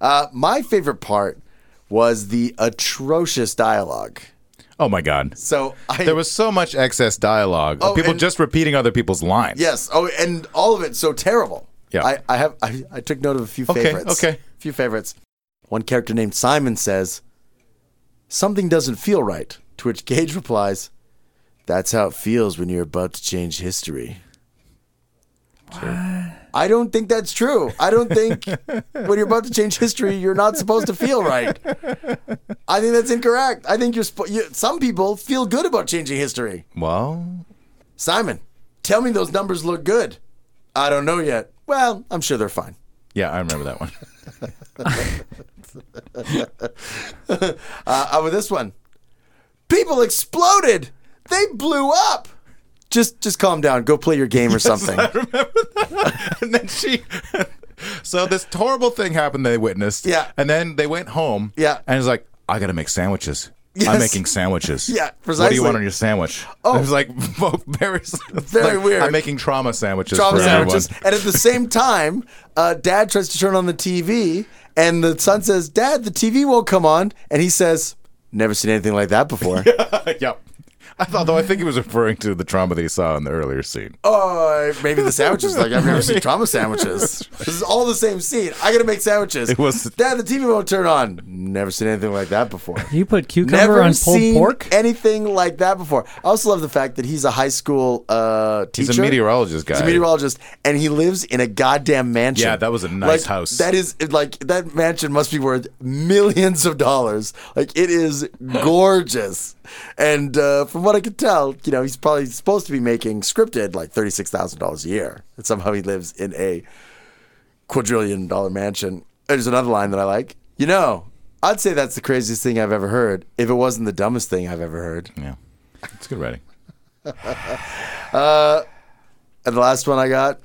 Uh, my favorite part was the atrocious dialogue. Oh my god. So I There was so much excess dialogue. of Oh, people and- just repeating other people's lines. Yes. Oh, and all of it so terrible. Yeah. I, I have I, I took note of a few Okay, favorites. okay. A few favorites. One character named Simon says, Something doesn't feel right. To which Gage replies, That's how it feels when you're about to change history. I don't think that's true. I don't think when you're about to change history, you're not supposed to feel right. I think that's incorrect. I think you're, spo- you, some people feel good about changing history. Well, Simon, tell me those numbers look good. I don't know yet. Well, I'm sure they're fine. yeah, I remember that one. Uh, uh, with this one, people exploded. They blew up. Just, just calm down. Go play your game or something. and then she. so this horrible thing happened. They witnessed. Yeah. And then they went home. Yeah. And it's like, I gotta make sandwiches. I'm Yes. making sandwiches. Yeah, What do precisely. you want on your sandwich? Oh, it was like very, Very weird. I'm making trauma sandwiches. trauma for sandwiches. Everyone. And at the same time, uh, dad tries to turn on the TV, and the son says, Dad, the TV won't come on. And he says, Never seen anything like that before. yep. I thought though I think he was referring to the trauma that he saw in the earlier scene. Oh, maybe the sandwiches. Like, I've never seen trauma sandwiches. This is all the same scene. I gotta make sandwiches. It was- Dad, the TV won't turn on. Never seen anything like that before. You put cucumber Never on pulled seen pork? anything like that before. I also love the fact that he's a high school uh, teacher. He's a meteorologist guy. He's a meteorologist, and he lives in a goddamn mansion. Yeah, that was a nice Like, house. That is like that mansion must be worth millions of dollars. Like it is gorgeous, and uh, from what I could tell, you know, he's probably supposed to be making scripted like thirty six thousand dollars a year, and somehow he lives in a quadrillion dollar mansion. There's another line that I like. You know, I'd say that's the craziest thing I've ever heard. If it wasn't the dumbest thing I've ever heard. Yeah. It's good writing. And the last one I got,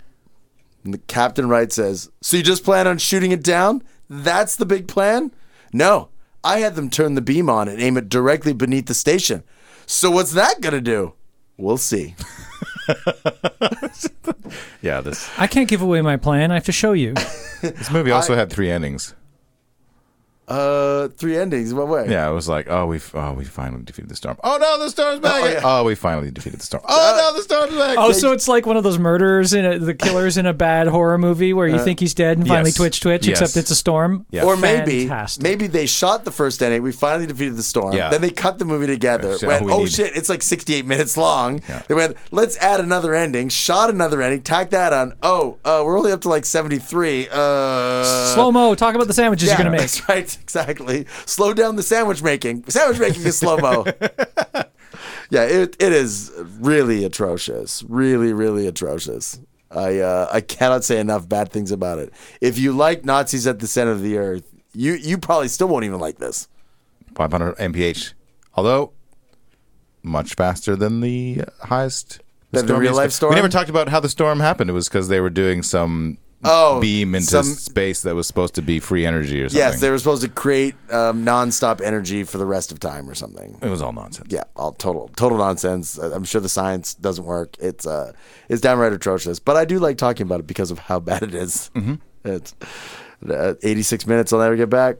and the Captain Wright says, So you just plan on shooting it down? That's the big plan? No, I had them turn the beam on and aim it directly beneath the station. So what's that going to do? We'll see. Yeah, this I can't give away my plan. I have to show you. this movie also had three endings. Uh, three endings. What way? Yeah, it was like, oh, we've oh, we finally defeated the storm. Oh no, the storm's back! Oh, Oh, yeah. we finally defeated the storm. Oh no, the storm's back! Oh, so it's like one of those murderers in a, the killers in a bad horror movie where you think he's dead and finally Uh, yes. twitch twitch, Yes. except it's a storm. Yeah. Or maybe, Fantastic. maybe they shot the first ending. We finally defeated the storm. Yeah. Then they cut the movie together. So went, we oh need- shit, it's like 68 minutes long. Yeah. They went, let's add another ending. Shot another ending. Tack that on. Oh, uh, we're only up to like 73. Uh, Slow mo. Talk about the sandwiches you're gonna make. That's right, exactly. Slow down the sandwich making. Sandwich making is slow mo. yeah, it, it is really atrocious. Really, really atrocious. I uh, I cannot say enough bad things about it. If you like Nazis at the center of the earth, you you probably still won't even like this. 500 mph. Although much faster than the uh, highest Than the real is- life storm? We never talked about how the storm happened. It was because they were doing some Oh, beam into some- space that was supposed to be free energy or something. Yes, they were supposed to create um, nonstop energy for the rest of time or something. it was all nonsense. yeah, all total total nonsense. I- I'm sure the science doesn't work. It's uh, it's downright atrocious. But I do like talking about it because of how bad it is. Mm-hmm. It's uh, 86 minutes. I'll never get back.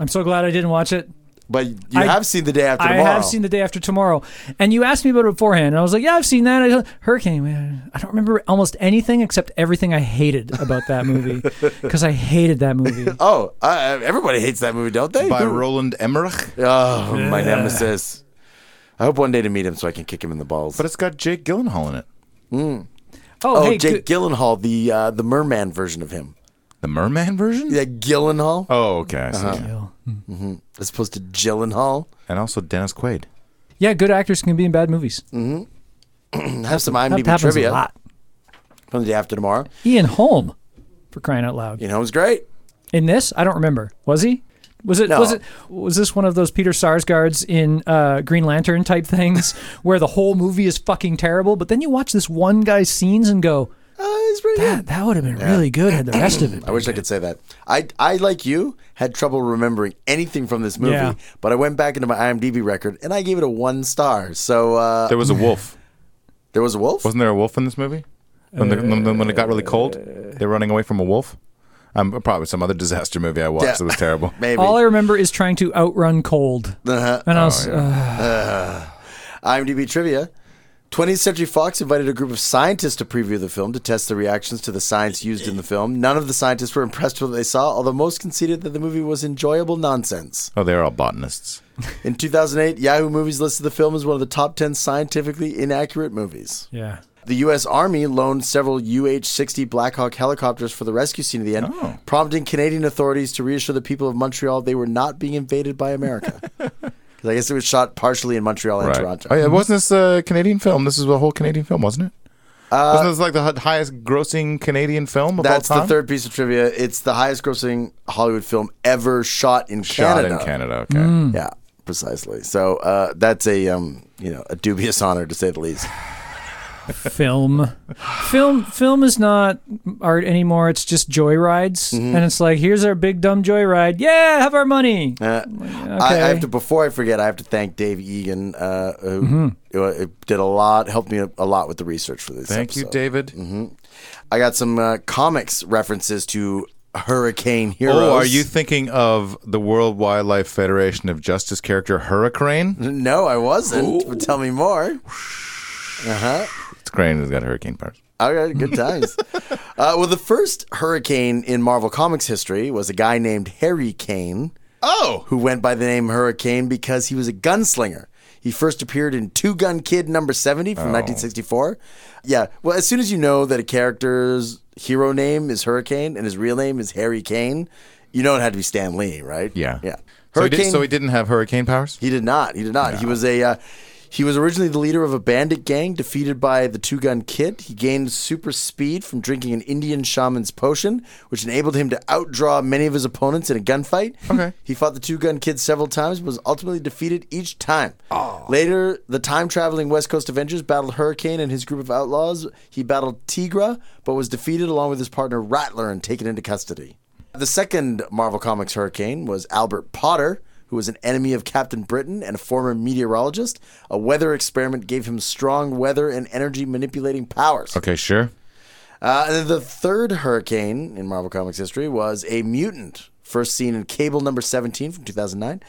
I'm so glad I didn't watch it. But you I- have seen the day after I tomorrow. have seen the day after tomorrow, and you asked me about it beforehand, and I was like, "Yeah, I've seen that." I don't- Hurricane. man, I don't remember almost anything except everything I hated about that movie because I hated that movie. oh, uh, everybody hates that movie, don't they? By Who- Roland Emmerich, oh, my nemesis. I hope one day to meet him so I can kick him in the balls. but it's got Jake Gyllenhaal in it. Oh, oh, hey, Jake good- Gyllenhaal, the uh, the merman version of him. The Merman version? Yeah, Uh-huh. Gyllenhaal Oh, okay. I see. as opposed to Gyllenhaal. And also Dennis Quaid. yeah, good actors can be in bad movies. Have some That IMDb Mm, happens trivia a lot. from the day after tomorrow. Ian Holm, for crying out loud. You know, it was great. In this, I don't remember. Was he? Was it? No. Was it? Was this one of those Peter Sarsgaards in uh, Green Lantern type things, where the whole movie is fucking terrible, but then you watch this one guy's scenes and go, Oh, it's pretty good. "That that would have been really good had the rest of it." I wish I could say that. I, I like you, had trouble remembering anything from this movie, Yeah. but I went back into my IMDb record and I gave it a one star. So uh, There was a wolf. there was a wolf. Wasn't there a wolf in this movie? When, the, when, when it got really cold, Uh, they're running away from a wolf. Um, probably some other disaster movie I watched Yeah. that was terrible. Maybe. All er- I remember is trying to outrun cold, Uh-huh. and I was, uh, IMDb trivia. 20th Century Fox invited a group of scientists to preview the film to test the reactions to the science used in the film. None of the scientists were impressed with what they saw, although most conceded that the movie was enjoyable nonsense. Oh, they're all botanists. In 2008, Yahoo Movies listed the film as one of the top 10 scientifically inaccurate movies. yeah. The U.S. Army loaned several UH 60 Black Hawk helicopters for the rescue scene at the end, Oh. prompting Canadian authorities to reassure the people of Montreal they were not being invaded by America. 'Cause I guess it was shot partially in Montreal and Right. Toronto. Oh, yeah, wasn't this a Canadian film? This is a whole Canadian film, wasn't it? wasn't this like the hi- highest grossing Canadian film of Uh, That's all the time? third piece of trivia. It's the highest grossing Hollywood film ever shot in Shot Canada. in Canada, okay. Yeah, precisely. So uh, that's a um, you know a dubious honor to say the least. film. film film is not art anymore. It's just joyrides. Mm-hmm. And it's like, here's our big dumb joyride. Yeah, have our money. Uh, I, I have to before I forget. I have to thank Dave Egan, uh, who, Mm-hmm. who, uh, did a lot, helped me a, a lot with the research for this. Thank you, episode. Mm-hmm. David. I got some uh, comics references to hurricane heroes. Oh, are you thinking of the World Wildlife Federation of Justice character Hurricane? no, I wasn't. But tell me more. Uh-huh. It's Crane who's got hurricane parts. All right, good times. uh, well, the first hurricane in Marvel Comics history was a guy named Harry Kane. Oh, who went by the name Hurricane because he was a gunslinger. He first appeared in Two Gun Kid number 70 Oh. from 1964. Yeah, well, as soon as you know that a character's hero name is Hurricane and his real name is Harry Kane, you know it had to be Stan Lee, right? yeah, Yeah. So he, did, Hurricane, so he didn't have hurricane powers. he did not. He did not. He was a. Uh, he was originally the leader of a bandit gang defeated by the Two Gun Kid. He gained super speed from drinking an Indian shaman's potion, which enabled him to outdraw many of his opponents in a gunfight. Okay. He fought the Two Gun Kid several times, but was ultimately defeated each time. Later, the time traveling West Coast Avengers battled Hurricane and his group of outlaws. He battled Tigra, but was defeated along with his partner Rattler and taken into custody. The second Marvel Comics Hurricane was Albert Potter, who was an enemy of Captain Britain and a former meteorologist. A weather experiment gave him strong weather and energy manipulating powers. Okay, sure. Uh, and then the third hurricane in Marvel Comics history was a mutant, first seen in Cable number 17 from 2009.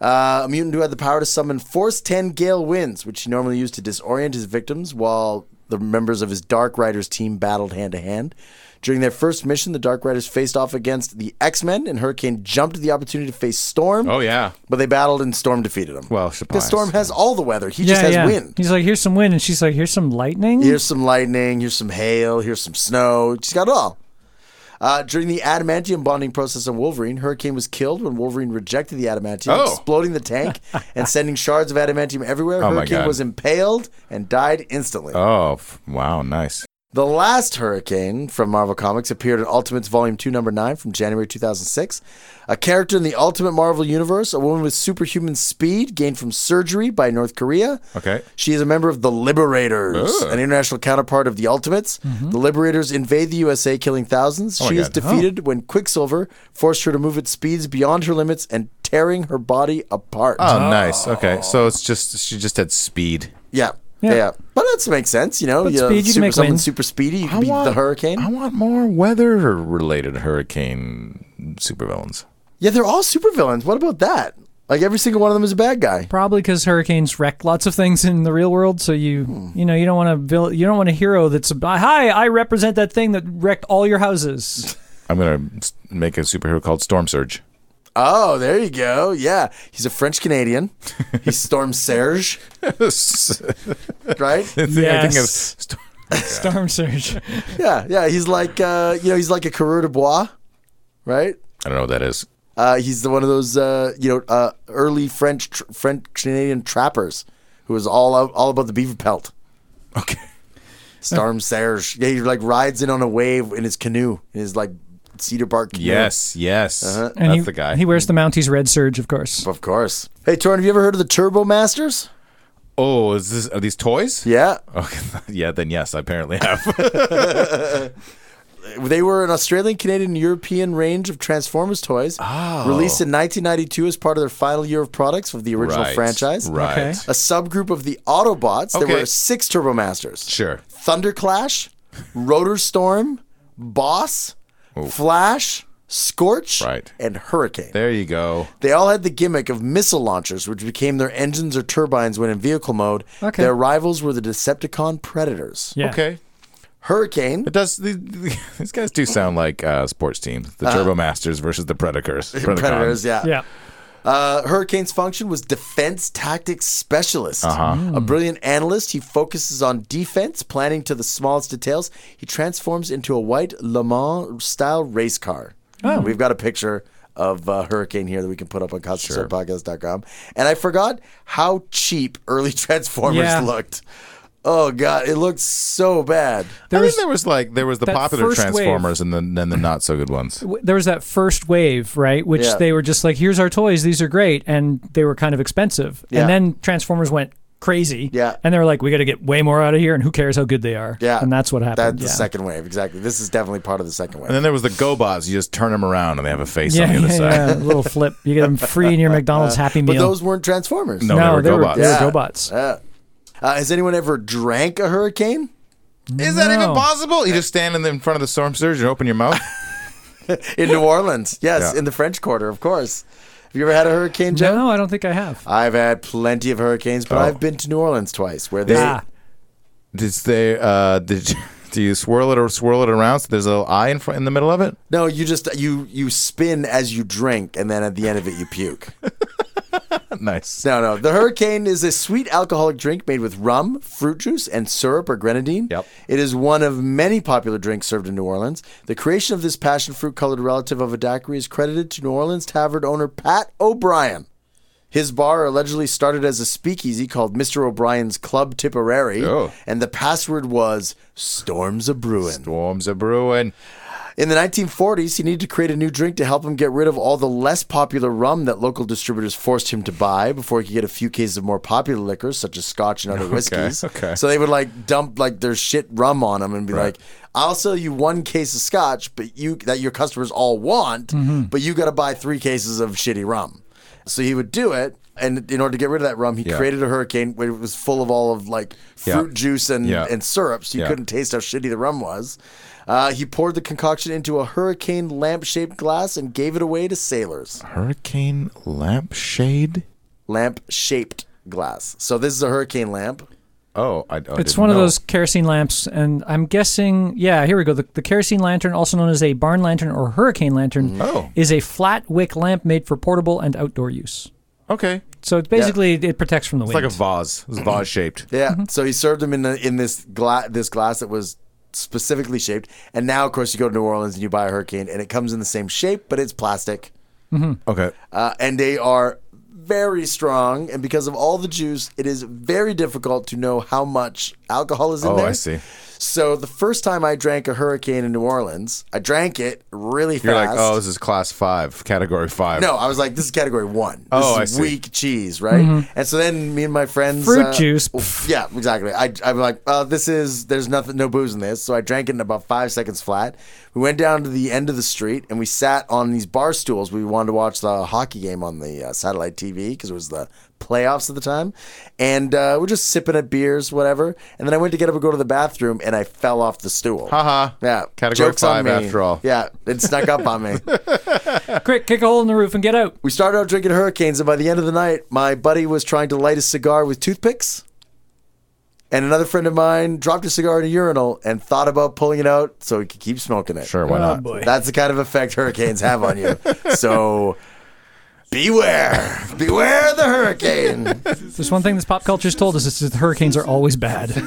Uh, a mutant who had the power to summon Force 10 gale winds, which he normally used to disorient his victims while the members of his Dark Riders team battled hand to hand. During their first mission, the Dark Riders faced off against the X Men, and Hurricane jumped at the opportunity to face Storm. Oh yeah. But they battled, and Storm defeated him. Well, because surprise. Storm has all the weather, he just has wind. He's like, here's some wind, and she's like, here's some lightning. Here's some lightning. Here's some hail. Here's some snow. She's got it all. Uh, during the adamantium bonding process on Wolverine, Hurricane was killed when Wolverine rejected the adamantium, Oh. exploding the tank and sending shards of adamantium everywhere. Oh my Hurricane God. was impaled and died instantly. Oh f- wow, nice. The last Hurricane from Marvel Comics appeared in Ultimates Volume 2, Number 9 from January 2006. A character in the Ultimate Marvel Universe, a woman with superhuman speed gained from surgery by North Korea. Okay. She is a member of the Liberators, Ugh. an international counterpart of the Ultimates. The Liberators invade the USA, killing thousands. my she is God. Oh. defeated when Quicksilver forced her to move at speeds beyond her limits and tearing her body apart. Oh, nice. Okay, so it's just she just had speed. Yeah. Yeah. Yeah. But that makes sense, you know. But you know, speed, you can super, make someone wind. super speedy, you can beat the hurricane. I want more weather-related hurricane supervillains. Yeah, they're all supervillains. What about that? Like every single one of them is a bad guy. Probably because hurricanes wreck lots of things in the real world, so you Hmm. you know you don't want a vill- you don't want a hero that's a, hi I represent that thing that wrecked all your houses. I'm gonna s- make a superhero called Storm Surge. Oh, there you go. Yeah. He's a French Canadian. He's Storm Serge, I right? think of Yes. Storm- Storm surge. Yeah, yeah. He's like uh, you know, he's like a Coureur de Bois, right? I don't know what that is. Uh, he's the one of those uh, you know uh, early French tr- French Canadian trappers who was all out, all about the beaver pelt. Okay. Storm Serge. Yeah, he like rides in on a wave in his canoe in his like cedar bark canoe. Yes, yes. Uh-huh. And That's he, the guy. He wears the Mounties red surge, of course. of course. Hey, Torn, have you ever heard of the Turbo Masters? oh, is this are these toys? Yeah, Okay. Yeah, then yes, I apparently have. They were an Australian, Canadian, and European range of Transformers toys, Oh. released in 1992 as part of their final year of products of the original Right, franchise. Right. Okay. A subgroup of the Autobots. There Okay. were six Turbomasters: Sure. Thunderclash, Rotor Storm, Boss, Flash, Scorch, Right. and Hurricane. There you go. They all had the gimmick of missile launchers, which became their engines or turbines when in vehicle mode. Okay. Their rivals were the Decepticon Predators. Yeah. Okay. Hurricane It does. the- the- These guys do sound like uh, sports teams. The Turbo Masters versus the Predators. Predacons. Predators, yeah. Yeah. Uh, Hurricane's function was defense tactics specialist. A brilliant analyst, he focuses on defense, planning to the smallest details. He transforms into a white Le Mans style race car. Oh. We've got a picture of uh, Hurricane here that we can put up on CosmosPodcast.com. And I forgot how cheap early Transformers Yeah. looked. Oh, God, it looked so bad. I There mean, was- there was like there was the that popular first wave. Transformers and then then the not so good ones. w- there was that first wave, right? Which Yeah. they were just like, here's our toys, these are great, and they were kind of expensive. Yeah. And then Transformers went crazy. Yeah. And they were like, we got to get way more out of here, and who cares how good they are? Yeah. And that's what happened. That's the yeah. second wave. Exactly. This is definitely part of the second wave. And then there was the GoBots. You just turn them around and they have a face on Yeah, the other yeah, side. yeah. little flip. You get them free in your McDonald's Happy Meal. but those weren't Transformers. No, they were they, GoBots. were, they were Yeah. GoBots. Yeah. Uh, has anyone ever drank a hurricane? Is that No. even possible? You just stand in, the, in front of the storm surge and open your mouth. In New Orleans. Yes, Yeah. in the French Quarter, of course. Have you ever had a hurricane, Joe? No, I don't think I have. I've had plenty of hurricanes, but Oh. I've been to New Orleans twice where they Ah, Did they? Uh, did you- do you swirl it or swirl it around so there's a little eye in front in the middle of it? No, you just you you spin as you drink and then at the end of it you puke. Nice. No, no. The Hurricane is a sweet alcoholic drink made with rum, fruit juice, and syrup or grenadine. Yep. It is one of many popular drinks served in New Orleans. The creation of this passion fruit colored relative of a daiquiri is credited to New Orleans tavern owner Pat O'Brien. His bar allegedly started as a speakeasy called Mr. O'Brien's Club Tipperary, Oh. and the password was Storms a Brewin. Storms are brewing. In the 1940s, he needed to create a new drink to help him get rid of all the less popular rum that local distributors forced him to buy before he could get a few cases of more popular liquors, such as scotch and other whiskeys. okay. So they would like dump like their shit rum on him and be like, I'll sell you one case of scotch, but you that your customers all want, Mm-hmm. but you gotta buy three cases of shitty rum. So he would do it. And in order to get rid of that rum, he Yeah. created a hurricane where it was full of all of like Yeah. fruit juice and, Yeah. and syrup, so you Yeah. couldn't taste how shitty the rum was. Uh, he poured the concoction into a hurricane lamp shaped glass and gave it away to sailors. Hurricane lampshade. Lamp shaped glass. So this is a hurricane lamp. Oh, I, I it's didn't one of know. those kerosene lamps, and I'm guessing, yeah, here we go. The, the kerosene lantern, also known as a barn lantern or hurricane lantern, Oh. is a flat wick lamp made for portable and outdoor use. Okay, So it's basically it protects from the it's wind. like a vase. It's vase shaped. Yeah. So he served them in the, in this glass this glass that was specifically shaped. And now, of course, you go to New Orleans and you buy a hurricane, and it comes in the same shape, but it's plastic. Okay. uh, and they are very strong. And because of all the juice, it is very difficult to know how much alcohol is in Oh, there. I see. So the first time I drank a hurricane in New Orleans, I drank it really You're like, fast. oh, this is class five, category five. no, I was like, this is category one. This Oh, is I see. weak cheese, right? And so then me and my friends Mm-hmm. Fruit uh, juice. Yeah, exactly. I I'm like, uh, this is there's nothing, no booze in this. So I drank it in about five seconds flat. We went down to the end of the street and we sat on these bar stools. We wanted to watch the hockey game on the uh, satellite TV because it was the playoffs at the time, and uh, we're just sipping at beers, whatever. And then I went to get up and go to the bathroom, and I fell off the stool. Haha. Yeah, Category Joke's five on me. after all. Yeah, it snuck up on me. Uh, Quick, kick a hole in the roof and get out. We started out drinking hurricanes, and by the end of the night, my buddy was trying to light a cigar with toothpicks. And another friend of mine dropped a cigar in a urinal and thought about pulling it out so he could keep smoking it. Sure, why Oh, not? That's the kind of effect hurricanes have on you. So beware. Beware the hurricane. There's one thing this pop culture's told us: it's that hurricanes are always bad.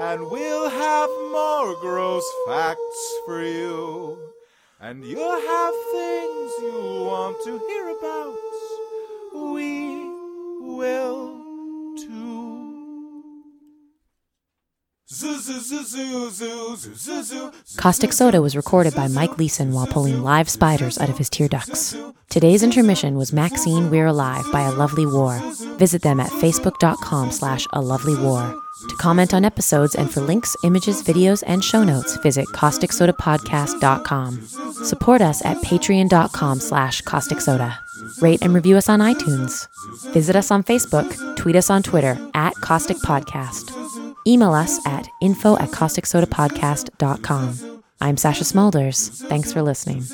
And we'll have more gross facts for you. And you'll have things you'll want to hear about. We will too. Zoo, zoo, zoo, zoo, zoo, zoo, zoo, zoo. Caustic Soda was recorded by Mike Leeson while pulling live spiders out of his tear ducts. Today's intermission was Maxine We're Alive by A Lovely War. Visit them at facebook.com slash A Lovely War. To comment on episodes and for links, images, videos, and show notes, visit causticsodapodcast.com. Support us at patreon.com slash caustic soda. Rate and review us on iTunes. Visit us on Facebook, tweet us on Twitter at Caustic Podcast. Email us at info at causticsodapodcast.com. I'm Sasha Smolders. Thanks for listening.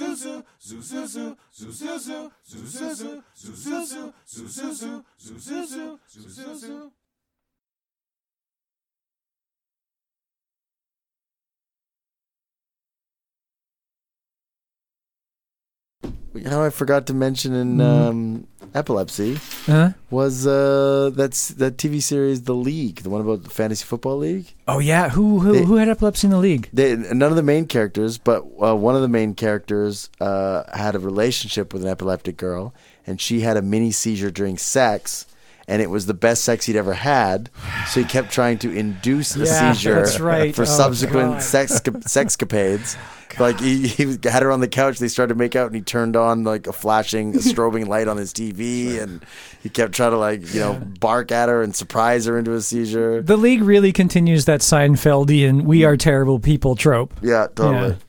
Mm-hmm. you know, I forgot to mention in um, epilepsy Huh? was uh, that's that TV series The League, the one about the fantasy football league. Oh yeah, who who, They- who had epilepsy in the league? They, none of the main characters, but uh, one of the main characters uh, had a relationship with an epileptic girl, and she had a mini seizure during sex, and it was the best sex he'd ever had. So he kept trying to induce the Yeah, seizure that's right. for Oh, subsequent God. sex sexcapades. like he, he was- had her on the couch, they started to make out, and he turned on like a flashing strobing light on his TV, and he kept trying to like you know bark at her and surprise her into a seizure. The league really continues that Seinfeldian "we are terrible people" trope. Yeah, totally. Yeah.